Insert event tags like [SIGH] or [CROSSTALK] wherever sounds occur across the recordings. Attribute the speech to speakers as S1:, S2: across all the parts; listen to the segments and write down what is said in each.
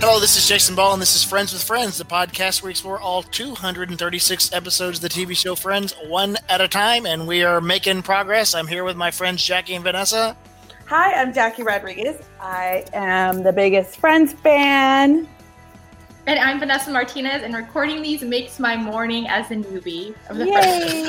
S1: Hello, this is Jason Ball, and this is Friends with Friends, the podcast where we explore all 236 episodes of the TV show Friends one at a time, and we are making progress. I'm here with my friends Jackie and Vanessa.
S2: Hi, I'm Jackie Rodriguez. I am the biggest Friends fan.
S3: And I'm Vanessa Martinez, and recording these makes my morning as a newbie of the
S2: Yay!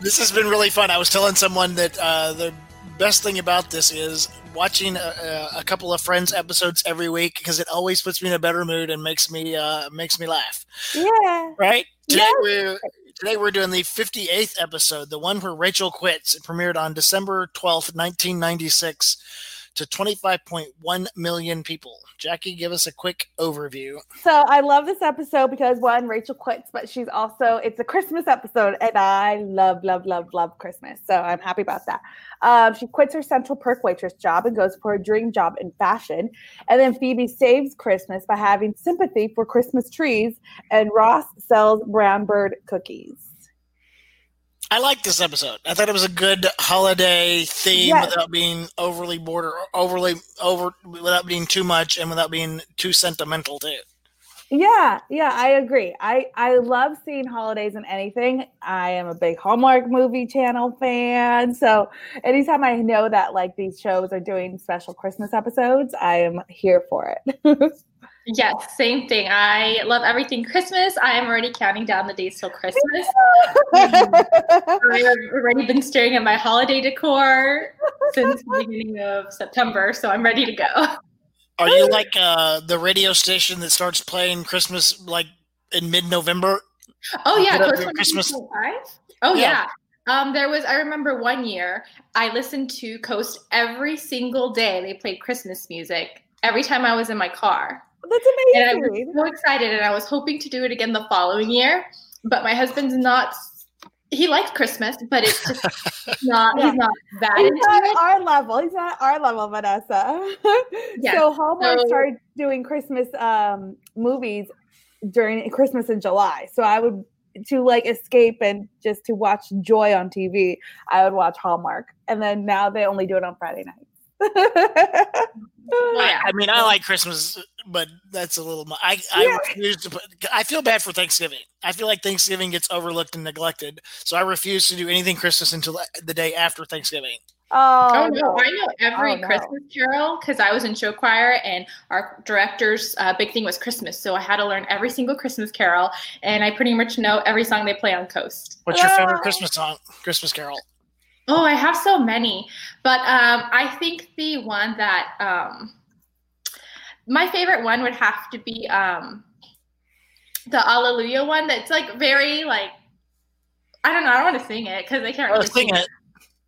S1: This has been really fun. I was telling someone that uh, the best thing about this is watching a- a, a couple of Friends episodes every week because it always puts me in a better mood and makes me uh, makes me laugh.
S2: [LAUGHS] yeah.
S1: Right? Today
S2: Yes.
S1: we're today we're doing the 58th episode, the one where Rachel quits. It premiered on December 12th, 1996 to 25.1 million people. Jackie, give us a quick overview.
S2: So I love this episode because one, Rachel quits, but she's also it's a Christmas episode, and I love, love, love, love Christmas. So I'm happy about that. Um, she quits her Central Perk waitress job and goes for a dream job in fashion. And then Phoebe saves Christmas by having sympathy for Christmas trees, and Ross sells brown bird cookies.
S1: I liked this episode. I thought it was a good holiday theme
S2: Yes.
S1: without being overly bored or overly over without being too much and without being too sentimental too.
S2: Yeah, yeah, I agree. I I love seeing holidays in anything. I am a big Hallmark movie channel fan. So anytime I know that like these shows are doing special Christmas episodes, I am here for it. [LAUGHS]
S3: Yes, same thing. I love everything Christmas. I am already counting down the days
S1: [LAUGHS]
S3: till Christmas. I've already been staring at my holiday decor since the beginning of September, so I'm ready to go. [LAUGHS]
S1: Are
S2: Mm.
S1: you like uh, the radio station that starts playing Christmas like in mid-November?
S3: Oh yeah,
S1: Get up
S3: Coast
S1: your
S3: 101.5?
S1: Christmas-
S3: Oh
S1: Yeah.
S3: yeah. Um, there was. I remember one year I listened to Coast every single day. They played Christmas music every time I was in my car,
S2: That's
S3: and I
S2: amazing.
S3: was so excited. And I was hoping to do it again the following year, but my husband's not. He likes Christmas, but it's just not.
S2: Yeah.
S3: He's not that
S2: He's
S3: into
S2: not at
S3: it.
S2: our level. He's not at our level, Vanessa. [LAUGHS]
S3: Yeah,
S2: So Hallmark
S3: so-
S2: started doing Christmas um movies during Christmas in July. So I would to like escape and just to watch joy on TV, I would watch Hallmark. And then now they only do it on Friday nights.
S3: Well, yeah.
S1: I, I mean, I like Christmas, but that's a little. mu- I I
S2: Yeah.
S1: refuse to put. I feel bad for Thanksgiving. I feel like Thanksgiving gets overlooked and neglected, so I refuse to do anything Christmas until the day after Thanksgiving.
S2: [LAUGHS] oh,
S3: Oh, no,
S2: no.
S3: I know every
S2: Oh, no.
S3: Christmas carol because I was in show choir and our director's uh, big thing was Christmas. So I had to learn every single Christmas carol and I pretty much know every song they play on Coast.
S1: What's your favorite
S3: Uh,
S2: Ah.
S1: Christmas song? Christmas Carol.
S3: Oh, I have so many. But um, I think the one that um, my favorite one would have to be um, the Alleluia one that's like very like. I don't know. I don't want to sing it because I can't
S1: Oh,
S3: really
S1: sing it.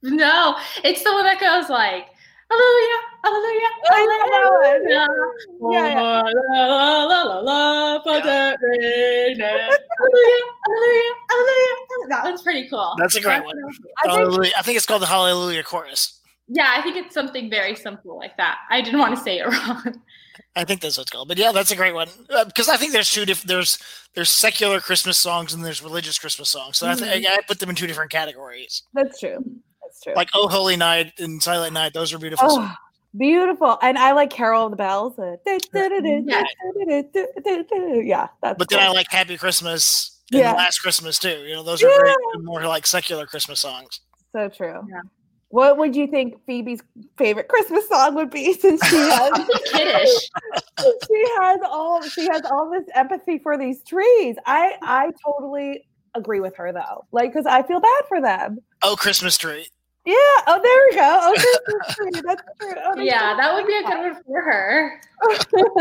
S3: No, it's the one that goes like, Hallelujah, Hallelujah,
S2: I know that
S3: [LAUGHS]
S2: one. Yeah,
S3: Hallelujah.
S2: yeah.
S3: La, la, Oh, la, la, la, for the rain. Hallelujah, hallelujah, hallelujah. That one's pretty cool.
S1: That's a great one.
S2: I think
S1: Hallelujah. I think it's called the Hallelujah Chorus.
S3: Yeah, I think it's something very simple like that. I didn't want to say it [LAUGHS] wrong.
S1: I think that's what it's called. But yeah, that's a great one Uh, because I think there's two different. There's there's secular Christmas songs and there's religious Christmas songs. So I,
S3: Mm-hmm.
S1: think I I put them in two different categories.
S2: that's true. That's true.
S1: Like Oh Holy Night and Silent Night. Those are beautiful. songs.
S2: Oh, beautiful. And I like Carol of the Bells. Uh, do, do, do, do,
S3: Yeah.
S2: do, do, do, do, do. Yeah, that's
S1: But then
S2: cool.
S1: I like Happy Christmas and
S2: Yeah.
S1: Last Christmas too. You know, those are
S2: Yeah.
S1: great, more like secular Christmas songs.
S2: So true.
S3: Yeah.
S2: What would you think Phoebe's favorite Christmas song would be since she has
S1: [LAUGHS]
S3: Something kiddish.
S2: she has all she has all this empathy for these trees? I I totally agree with her though. Like cuz I feel bad for them.
S1: Oh, Christmas tree.
S2: [LAUGHS] Yeah, oh there we go. Oh Christmas tree. That's true. Oh, that's
S3: Yeah,
S2: so
S3: that would be a good one for her.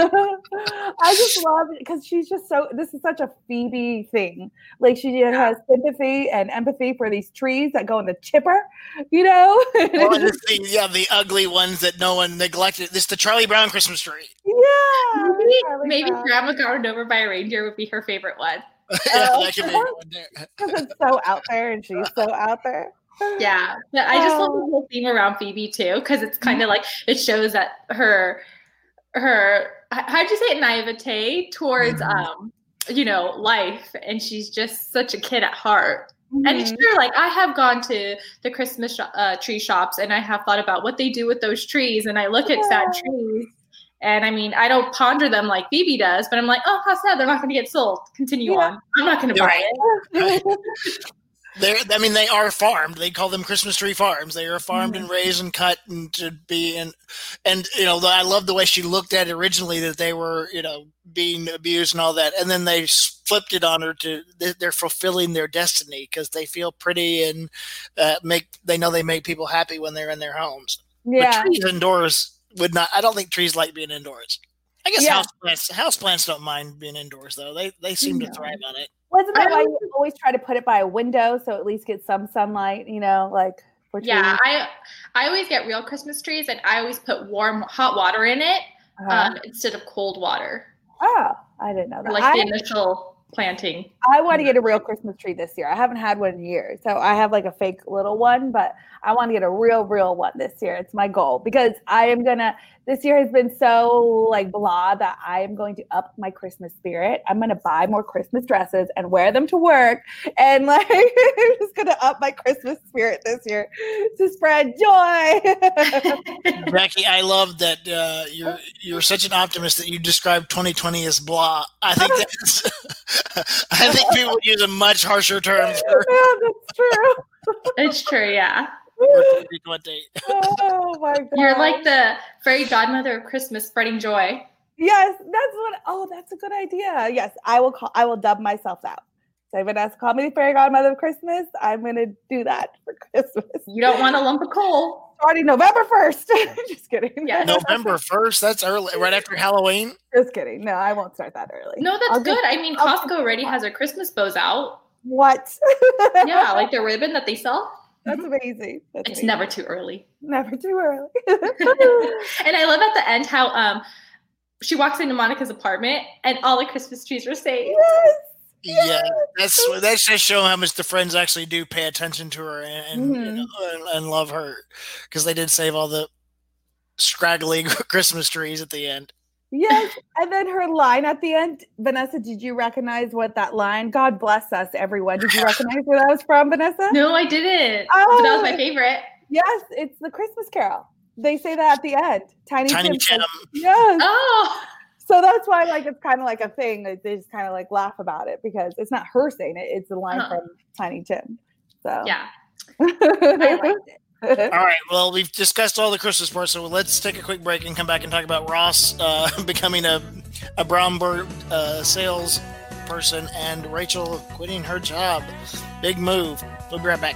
S2: I just love it because she's just so. This is such a Phoebe thing. Like she just has sympathy and empathy for these trees that go in the chipper, you know. [LAUGHS]
S1: Oh, and it's the, yeah, the ugly ones that no one neglected. This the Charlie Brown Christmas tree. [LAUGHS]
S2: yeah,
S3: Maybe,
S2: Charlie
S3: maybe
S2: Brown.
S3: Grandma Garden Over by a Reindeer would be her favorite one.
S1: yeah,
S2: Oh.
S1: that could be a good one there.
S2: because it's
S3: [LAUGHS]
S2: so out there and she's so out there.
S3: Yeah, but I just love the
S2: Oh.
S3: whole theme around Phoebe too, because it's kind of like it shows that her her h- how'd you say it naivete towards
S1: Mhm.
S3: um you know life, and she's just such a kid at heart. And it's
S2: Mhm.
S3: true, like I have gone to the Christmas sho- uh, tree shops, and I have thought about what they do with those trees, and I look at sad
S2: Yeah.
S3: trees, And I mean, I don't ponder them like Phoebe does, but I'm like, oh, how sad they're not going to get sold. Continue
S2: Yeah.
S3: on. I'm not going to buy it.
S1: They're, I mean, they are farmed. They call them Christmas tree farms. They are farmed
S2: Mm-hmm.
S1: and raised and cut and to be and and you know, I love the way she looked at it originally that they were you know being abused and all that, and then they s- flipped it on her to they- they're fulfilling their destiny because they feel pretty and uh, make they know they make people happy when they're in their homes.
S2: [LAUGHS] yeah.
S1: But trees indoors would not. I don't think trees like being indoors. I guess
S2: Yeah.
S1: houseplants houseplants don't mind being indoors though. They they seem to
S3: No.
S1: thrive on it.
S2: Wasn't that
S3: I
S2: why you always try to put it by a window so at least get some sunlight? You know, like for
S3: Yeah,
S2: trees?
S3: I I always get real Christmas trees, and I always put warm hot water in it
S2: Uh-huh.
S3: um, instead of cold water,
S2: oh, I didn't know
S3: for,
S2: that.
S3: like
S2: I,
S3: the initial planting.
S2: I want to get a real Christmas tree this year. I haven't had one in years, so I have like a fake little one, but I want to get a real, real one this year. It's my goal because I am gonna. This year has been so like blah that I am going to up my Christmas spirit. I'm gonna buy more Christmas dresses and wear them to work, and [LAUGHS] like I'm just gonna up my Christmas spirit this year to spread joy. [LAUGHS]
S1: Jackie, I love that uh, you're you're such an optimist that you describe 2020 as blah. I think that's [LAUGHS] I think people use a much harsher term
S2: [LAUGHS]
S1: for
S2: yeah, that's true.
S3: [LAUGHS] it's
S2: [LAUGHS]
S3: true, yeah.
S1: for 2020.
S2: oh my god.
S3: You're like the fairy godmother of Christmas, spreading joy.
S2: Yes, that's what oh that's a good idea. Yes, I will call I will dub myself out. So everyone has to call me the fairy godmother of Christmas. I'm gonna do that for [LAUGHS] Christmas.
S3: You don't want a lump of coal.
S2: starting November first. [LAUGHS] Just kidding.
S3: Yes.
S1: November first. That's early, right after Halloween.
S2: [LAUGHS] Just kidding. No, I won't start that early.
S3: No, that's
S2: I'll just-
S3: good. I mean,
S2: I'll
S3: Costco already has their Christmas
S2: [LAUGHS]
S3: bows out.
S2: What?
S3: Yeah, like the ribbon that they sell.
S2: that's amazing. That's
S3: It's
S2: amazing.
S3: never
S2: [LAUGHS]
S3: too early.
S2: never too early.
S3: And I love at the end how um she walks into Monica's apartment and all the Christmas trees were saved.
S2: yes.
S1: Yeah, that's that's just showing how much the friends actually do pay attention to her and and, you
S2: Mhm.
S1: know, and, and love her because they did save all the scraggly [LAUGHS] Christmas trees at the end.
S2: Yes. And then her line at the end, Vanessa, did you recognize what that line? God bless us, everyone. Did you recognize where that was from, Vanessa?
S3: No, I didn't. But that was
S2: Oh.
S3: my favorite.
S2: Yes, it's the Christmas Carol. They say that at the end. Tiny,
S1: Tiny
S2: Tim says,
S1: Tim,
S2: Yes.
S3: Oh,
S2: So that's why, like, it's kind of like a thing. Like, they just kind of like laugh about it because it's not her saying it; it's the line
S3: Uh-huh.
S2: from Tiny Tim. So
S3: yeah.
S1: All right. Well, we've discussed all the Christmas parts, so let's take a quick break and come back and talk about Ross uh, [LAUGHS] becoming a a Bromberg uh, sales person and Rachel quitting her job. Big move. We'll be right back.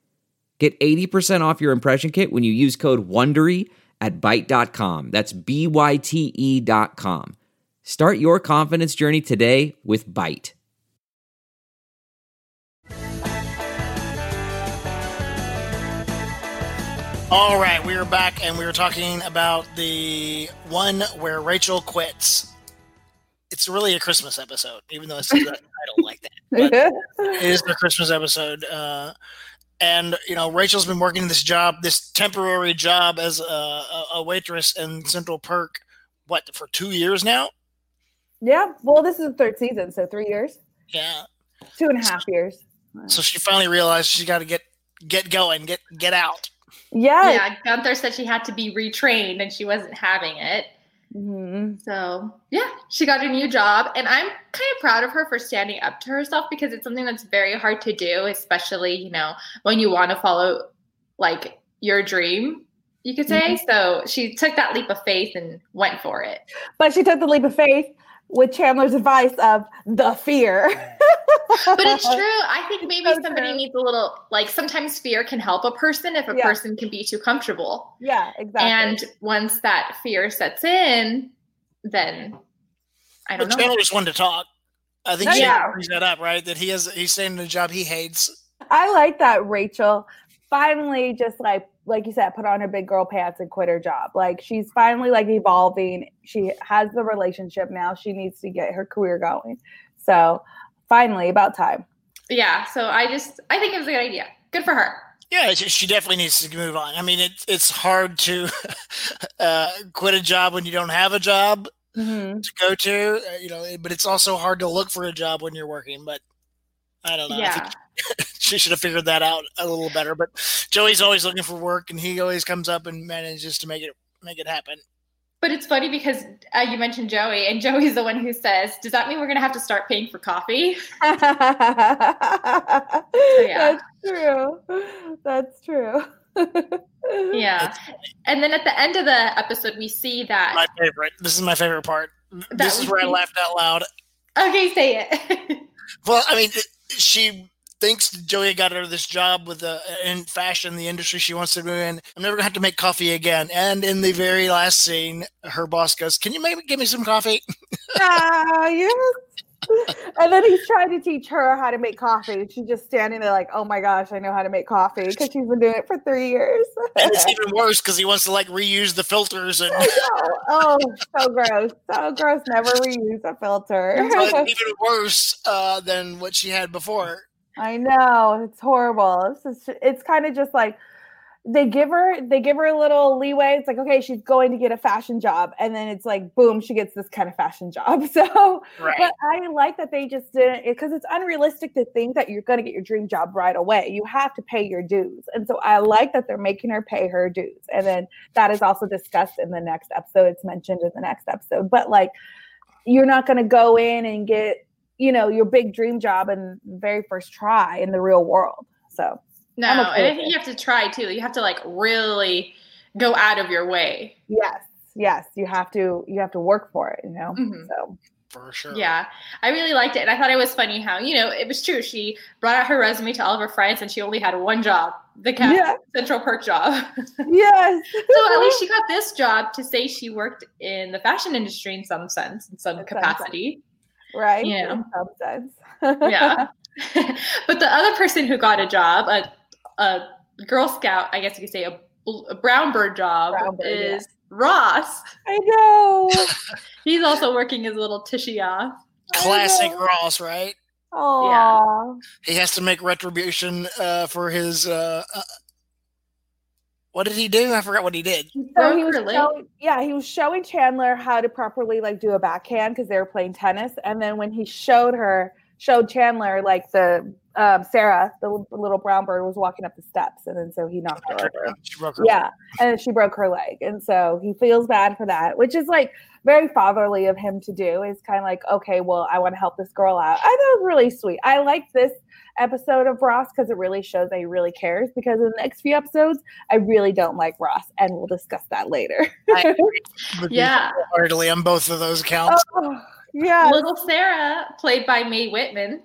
S4: Get 80% off your impression kit when you use code WONDERY at Byte.com. That's B-Y-T-E E dot com. Start your confidence journey today with Byte.
S1: All right, we are back, and we were talking about the one where Rachel quits. It's really a Christmas episode, even though it's I don't like that. But it is the Christmas episode. Uh, and you know, Rachel's been working this job, this temporary job as a, a, a waitress in Central Perk, what for two years now?
S2: [LAUGHS] yeah. Well, this is the third season, so three years,
S1: Yeah.
S2: two and a half years.
S1: So she finally realized she got to get get going, get get out.
S2: Yes.
S3: Yeah. Gunther said she had to be retrained and she wasn't having it.
S2: Mhm.
S3: So yeah, she got a new job, and I'm kind of proud of her for standing up to herself because it's something that's very hard to do, especially you know when you want to follow like your dream, you could say.
S2: Mm-hmm.
S3: So she took that leap of faith and went
S2: [LAUGHS]
S3: for it.
S2: But she took the leap of faith with Chandler's advice of the fear. [LAUGHS]
S3: But it's true. I think maybe
S2: So
S3: somebody
S2: true.
S3: needs a little like sometimes fear can help a person if a
S2: Yeah.
S3: person can be too comfortable,
S2: Yeah, exactly.
S3: and once that fear sets in, then I
S1: But
S3: don't know. Oh,
S1: Chandler just wanted to talk. I think she
S3: Yeah.
S1: brings that up, right? That he has he's staying in a job he hates.
S2: I like that, Rachel. finally just like like you said put on her big girl pants and quit her job like she's finally like evolving she has the relationship now she needs to get her career going so finally about time
S3: Yeah. So I just I think it was a good idea. Good for her.
S1: Yeah, she she definitely needs to move on. I mean, it, it's hard to [LAUGHS] uh, quit a job when you don't have a job
S2: [LAUGHS] Mhm.
S1: to go to, uh, you know. But it's also hard to look for a job when you're working. But I don't know. I think
S3: Yeah.
S1: she should have figured that out a little better. But Joey's always looking for work, and he always comes up and manages to make it make it happen.
S3: But it's funny because uh, you mentioned Joey, and [LAUGHS] Joey's the one who says, "Does that mean we're gonna have to start paying for coffee?" yeah.
S2: that's true that's true
S3: [LAUGHS]
S2: [LAUGHS]
S3: Yeah. And then at the end of the episode, we see
S1: My
S3: that.
S1: favorite. This is my favorite part. This is
S3: was
S1: where I
S3: me.
S1: laughed out loud.
S3: Okay, say
S1: [LAUGHS]
S3: it.
S1: Well, I mean, th- she thinks Joey got her this job with the in fashion, the industry she wants to be in. I'm never gonna have to make coffee again. And in the very last scene, her boss goes, "Can you maybe give me some coffee?"
S2: Ah, yes. and then he's trying to teach her how to make coffee. and She's just standing there like, oh my gosh, I know how to make coffee because she's been doing it for three years. [LAUGHS]
S1: And it's even worse because he wants to like reuse the filters
S2: [LAUGHS]
S1: and.
S2: oh, oh, so gross. So gross. Never reuse a
S1: But
S2: filter.
S1: even worse uh, than what she had before.
S2: I know. It's horrible. It's, just, it's kind of just like they give her they give her a little leeway. It's like, okay, she's going to get a fashion job. And then it's like, boom, she gets this kind of fashion job. [LAUGHS] So
S1: Right.
S2: But I like that they just didn't because it's unrealistic to think that you're going to get your dream job right away. You have to pay your dues. And so I like that they're making her pay her dues. And then that is also discussed in the next episode. It's mentioned in the next episode. But like, you're not going to go in and get, you know, your big dream job in the very first try in the real world. So,
S3: no,
S2: I'm okay
S3: and I
S2: with
S3: think
S2: it.
S3: you have to try too. You have to like really go out of your way.
S2: yes, yes, you have to you have to work for it, you know.
S3: Mhm.
S2: So,
S1: for sure.
S3: Yeah, I really liked it, and I thought it was funny how you know it was true. She brought out her resume to all of her friends, and she only had one job, the Cap-
S2: Yeah.
S3: Central Perk job.
S2: yes.
S3: [LAUGHS] so
S2: [LAUGHS]
S3: at least she got this job to say she worked in the fashion industry in some sense, in some
S2: In some sense.
S3: capacity. [LAUGHS]
S2: right?
S3: Yeah.
S2: In some sense.
S3: Yeah. but the other person who got a job, a, a Girl Scout, I guess you could say a, bl- a brown bird job,
S2: Brown bird, yeah.
S3: is Ross.
S2: [LAUGHS] I
S3: [LAUGHS]
S2: know.
S3: He's also working as a little tishy off.
S1: Classic Ross, right?
S2: Oh,
S1: He has to make retribution uh, for his. Uh, uh, what did he do? I forgot what he did.
S2: so he
S3: Broke
S2: was
S3: her leg.
S2: showing, yeah, he was showing Chandler how to properly like do a backhand because they were playing tennis, and then when he showed her, showed Chandler like the um, Sarah, the l- little brown bird, was walking up the steps, and then so he knocked her over.
S1: She broke her-
S2: Yeah, and then she broke her leg, and so he feels bad for that, which is like very fatherly of him to do. Is kind of like, okay, well, I want to help this girl out. I thought it was really sweet. I like this episode of Ross because it really shows that he really cares. Because in the next few episodes, I really don't like Ross, and we'll discuss that later.
S1: I agree with you
S3: Yeah.
S1: wholeheartedly on both of those accounts.
S2: [LAUGHS] Oh, yeah,
S3: Little Sarah, played by Mae Whitman.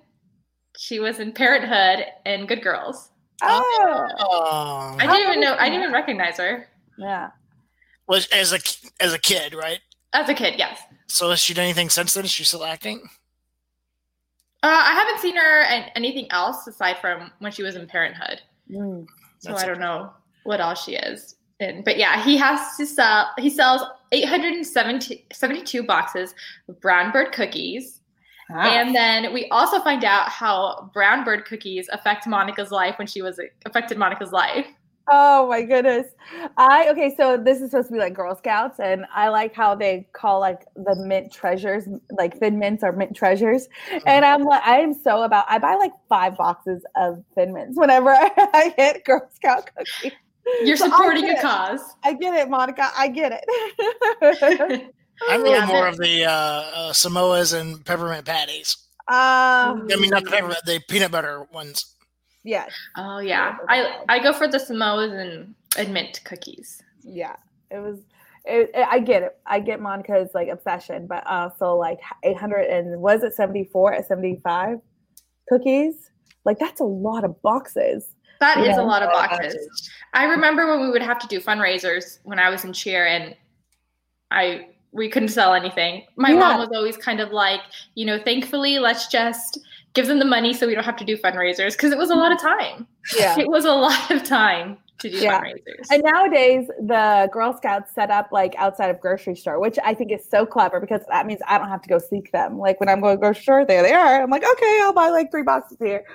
S3: She was in Parenthood and Good Girls.
S2: oh,
S1: Oh.
S3: I didn't even know. I didn't even recognize her
S2: yeah.
S1: Was as a ki- as a kid, right?
S3: as a kid. Yes,
S1: So has she done anything since then? Is she still acting?
S3: uh, I haven't seen her in anything else aside from when she was in Parenthood.
S2: Mm.
S3: So
S1: That's
S3: I don't know what else she is. in. but yeah, he has to sell. He sells 872 boxes of brown bird cookies. And then we also find out how brown bird cookies affect Monica's life when she was affected Monica's life.
S2: Oh my goodness. I okay, so this is supposed to be like Girl Scouts, and I like how they call like the mint treasures, like thin mints are mint treasures.
S3: Uh-huh.
S2: And I'm like, I am so about I buy like five boxes of thin mints whenever [LAUGHS] I get Girl Scout cookies.
S3: You're
S2: So I
S3: supporting
S2: get
S3: a
S2: it.
S3: cause.
S2: I get it, Monica. I get it. [LAUGHS]
S1: I'm really
S3: Yeah,
S1: more
S3: but-
S1: of the uh, uh, Samoas and peppermint patties.
S2: um
S1: I mean, not the peppermint, the peanut butter ones.
S2: yes,
S3: Oh yeah, I I go for the Samoas and, and mint cookies.
S2: yeah. It was it, it- I get it. I get Monica's like obsession, but also like 800 and was it 74 at 75 cookies? Like that's a lot of boxes.
S3: That is
S2: Yeah. Oh,
S3: a lot of boxes. I remember when we would have to do fundraisers when I was in cheer, and I we couldn't sell anything. My
S2: Yeah.
S3: mom was always kind of like, you know, thankfully, let's just give them the money so we don't have to do fundraisers because it was a lot of time.
S2: Yeah.
S3: It was a lot of time to do
S2: Yeah.
S3: fundraisers.
S2: [LAUGHS] And nowadays, the Girl Scouts set up like outside of grocery store, which I think is so clever because that means I don't have to go seek them. Like when I'm going to grocery store, there they are. I'm like, okay, I'll buy like three boxes here.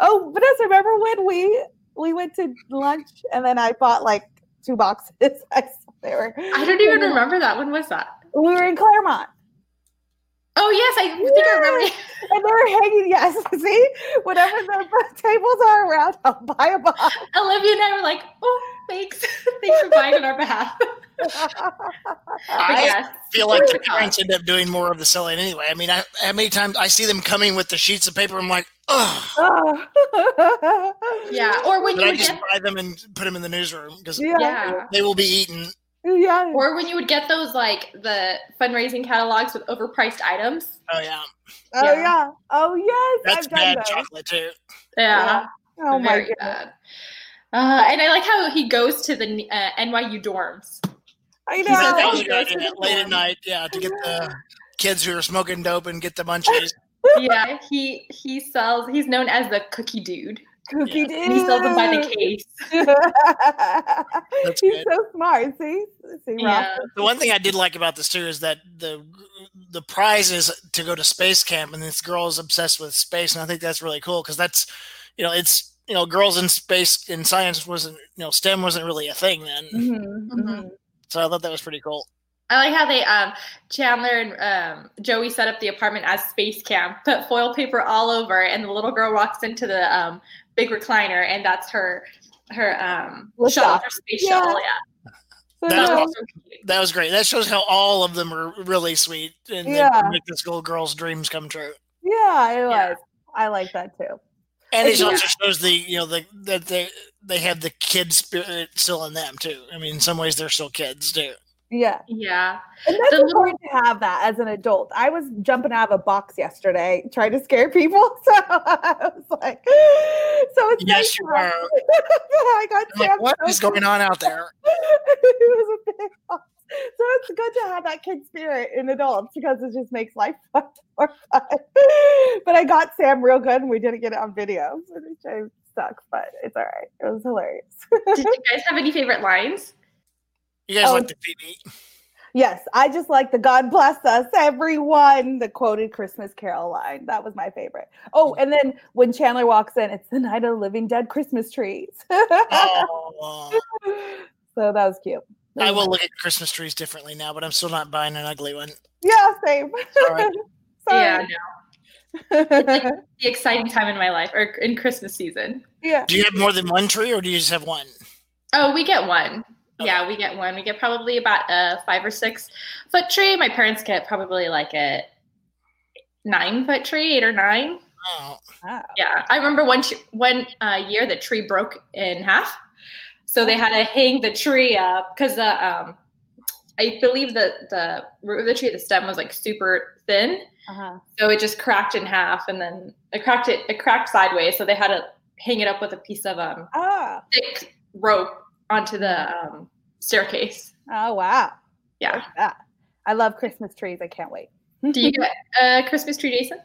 S2: Oh, Vanessa, remember when we we went to lunch and then I bought like two boxes? [LAUGHS] I swear.
S3: I don't even remember that. When was that?
S2: We were in Claremont.
S3: Oh yes, I think I remember.
S2: and they were hanging. Yes, [LAUGHS] see, whatever the [LAUGHS] tables are around, I'll buy a box.
S3: [LAUGHS] Olivia and I were like, "Oh, thanks, [LAUGHS] thanks for buying on our behalf." But
S1: I
S3: yes,
S1: feel like
S3: Sure.
S1: the parents end up doing more of the selling anyway. I mean, I, how many times I see them coming with the sheets of paper, I'm like, oh,
S2: Oh. [LAUGHS]
S3: yeah. Or when
S1: but
S3: you
S1: I
S3: would
S1: just
S3: get,
S1: buy them and put them in the newsroom because
S3: yeah,
S1: they will be eaten.
S2: yeah.
S3: or when you would get those like the fundraising catalogs with overpriced items.
S1: Oh yeah,
S2: Oh
S3: Yeah.
S2: yeah. Oh yes.
S1: that's
S2: I've done
S1: bad
S2: those.
S1: chocolate too.
S3: Yeah,
S2: Oh my
S3: very
S2: goodness.
S3: bad. Uh, and I like how he goes to the uh, NYU dorms.
S2: I
S1: He said that
S2: know.
S1: was a good
S3: Goes to
S1: idea,
S3: the
S1: late at
S3: dorm.
S1: night, yeah, to get
S3: [LAUGHS]
S1: the kids who are smoking dope and get the munchies.
S2: [LAUGHS]
S3: yeah, he he sells. He's known as the cookie dude.
S2: Cookie
S1: Yeah.
S2: dude.
S3: And he sells
S2: [LAUGHS]
S3: them by the case.
S1: That's
S2: He's
S1: good.
S2: so smart. See, see, Ross.
S3: Yeah.
S1: The one thing I did like about this too is that the the prize is to go to space camp, and this girl is obsessed with space, and I think that's really cool because that's, you know, it's you know, girls in space in science wasn't you know STEM wasn't really a thing then,
S3: Mm-hmm.
S2: Mhm, mhm.
S1: so I thought that was pretty cool.
S3: I like how they um Chandler and um Joey set up the apartment as space camp, put foil paper all over, and the little girl walks into the um big recliner, and that's her her um
S2: Lift
S3: shuttle,
S2: off.
S3: her space
S2: Yeah.
S3: shuttle. Yeah,
S2: So
S1: That
S3: that
S2: now-
S3: was so cute.
S1: That was great. That shows how all of them are really sweet and they
S2: Yeah.
S1: make this little girl's dreams come true.
S2: yeah, it was.
S3: Yeah.
S2: I like that too.
S1: And it
S2: Yeah.
S1: also shows the you know the that they they have the kid spirit still in them too. I mean, in some ways they're still kids too.
S2: Yeah.
S3: Yeah,
S2: And that's
S3: The little-
S2: important to have that as an adult. I was jumping out of a box yesterday trying to scare people. [LAUGHS] So I was like, so it's
S1: Yes,
S2: nice
S1: you
S2: to have-
S1: are.
S2: [LAUGHS] I got
S1: I'm like,
S2: jammed
S1: what is
S2: open.
S1: going on out there?
S2: [LAUGHS] it was a big box. So it's good to have that kid spirit in adults because it just makes life [LAUGHS] much more fun. But I got Sam real good and we didn't get it on video, which I sucks, but it's all right. It was hilarious.
S3: did you guys have any favorite lines?
S1: You guys
S2: Oh.
S1: like the TV?
S2: Yes, I just like the God bless us, everyone, the quoted Christmas Carol line. That was my favorite. Oh, and then when Chandler walks in, it's the night of the living dead Christmas trees. [LAUGHS] so
S1: Oh,
S2: that was cute.
S1: [LAUGHS] I will look at Christmas trees differently now, but I'm still not buying an ugly one.
S2: [LAUGHS] Yeah, same.
S1: Sorry.
S2: [LAUGHS]
S3: Yeah,
S2: Sorry.
S3: no, the exciting time in my life or in Christmas season.
S2: [LAUGHS] yeah.
S1: Do you have more than one tree, or do you just have one?
S3: Oh, we get one.
S1: Okay.
S3: Yeah, we get one. We get probably about a five or six foot tree. My parents get probably like a nine foot tree, eight or nine.
S1: Oh,
S2: Wow.
S3: Yeah, I remember one ch- one uh, year the tree broke in half, so they had to hang the tree up because the um, I believe that the root of the tree, the stem was like super thin,
S2: Uh-huh.
S3: so it just cracked in half, and then it cracked it it cracked sideways, so they had to hang it up with a piece of um
S2: Ah.
S3: thick rope onto the um, staircase.
S2: Oh, wow.
S3: Yeah.
S2: Look at that. I love Christmas trees. I can't wait.
S3: Do you get a Christmas tree, Jason?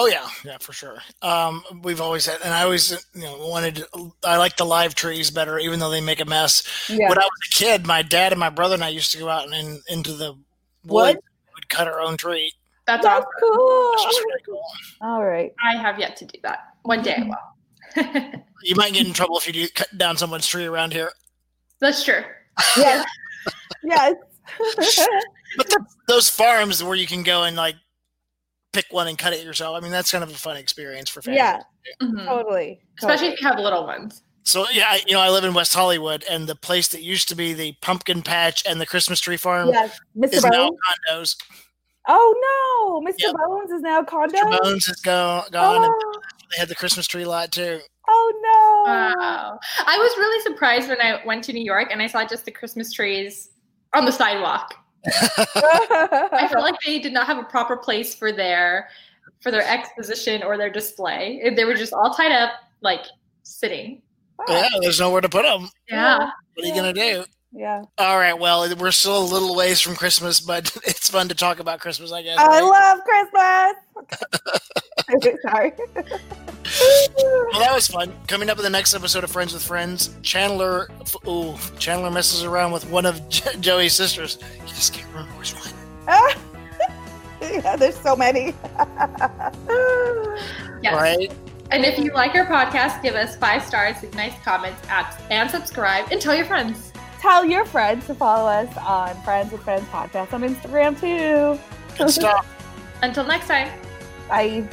S1: oh yeah, yeah, for sure. Um, we've always had, and I always, you know, wanted. to- I like the live trees better, even though they make a mess.
S2: Yeah.
S1: When I was a kid, my dad and my brother and I used to go out and in, into the wood. We'd cut our own tree.
S3: That's
S2: That's
S3: awesome.
S1: [LAUGHS]
S2: cool.
S1: Which is really cool.
S2: All right.
S3: I have yet to do that. One day I will. [LAUGHS]
S1: You might get in trouble if you do cut down someone's tree around here.
S3: That's true.
S2: Yes. yes. [LAUGHS]
S1: But the, those farms where you can go and like pick one and cut it yourself. I mean, that's kind of a fun experience for families.
S2: yeah.
S3: Mhm.
S2: Totally.
S3: Especially if you have little ones.
S1: So yeah, I, you know, I live in West Hollywood, and the place that used to be the pumpkin patch and the Christmas tree farm
S2: Totally. Yes. Mr.
S1: is
S2: Bones.
S1: now condos.
S2: Oh no, Mr.
S1: Yeah.
S2: Bones is now condo.
S1: Mr. Bones is go- gone, and
S2: oh,
S1: they had the Christmas tree lot too.
S2: oh no.
S3: Wow. I was really surprised when I went to New York and I saw just the Christmas trees on the sidewalk.
S2: [LAUGHS]
S3: I felt like they did not have a proper place for their for their exposition or their display. They were just all tied up, like sitting.
S2: Wow.
S1: Yeah, there's nowhere to put them.
S3: Yeah.
S1: What are you gonna do?
S2: Yeah.
S1: All right. Well, we're still a little ways from Christmas, but [LAUGHS] it's fun to talk about Christmas, I guess.
S2: I
S1: right?
S2: love
S1: [LAUGHS]
S2: Christmas. [LAUGHS] Sorry.
S1: Well, that was fun. Coming up in the next episode of Friends with Friends, Chandler, f- ooh, Chandler messes around with one of [LAUGHS] J- Joey's sisters. You just can't remember which one.
S2: yeah, there's so many. [LAUGHS]
S3: Yes.
S1: Right?
S3: And if you like our podcast, give us five stars, leave nice comments, apps, and subscribe, and tell your friends.
S2: Tell your friends to follow us on Friends with Friends podcast on Instagram too.
S1: Good stuff.
S3: Until next time.
S2: Bye.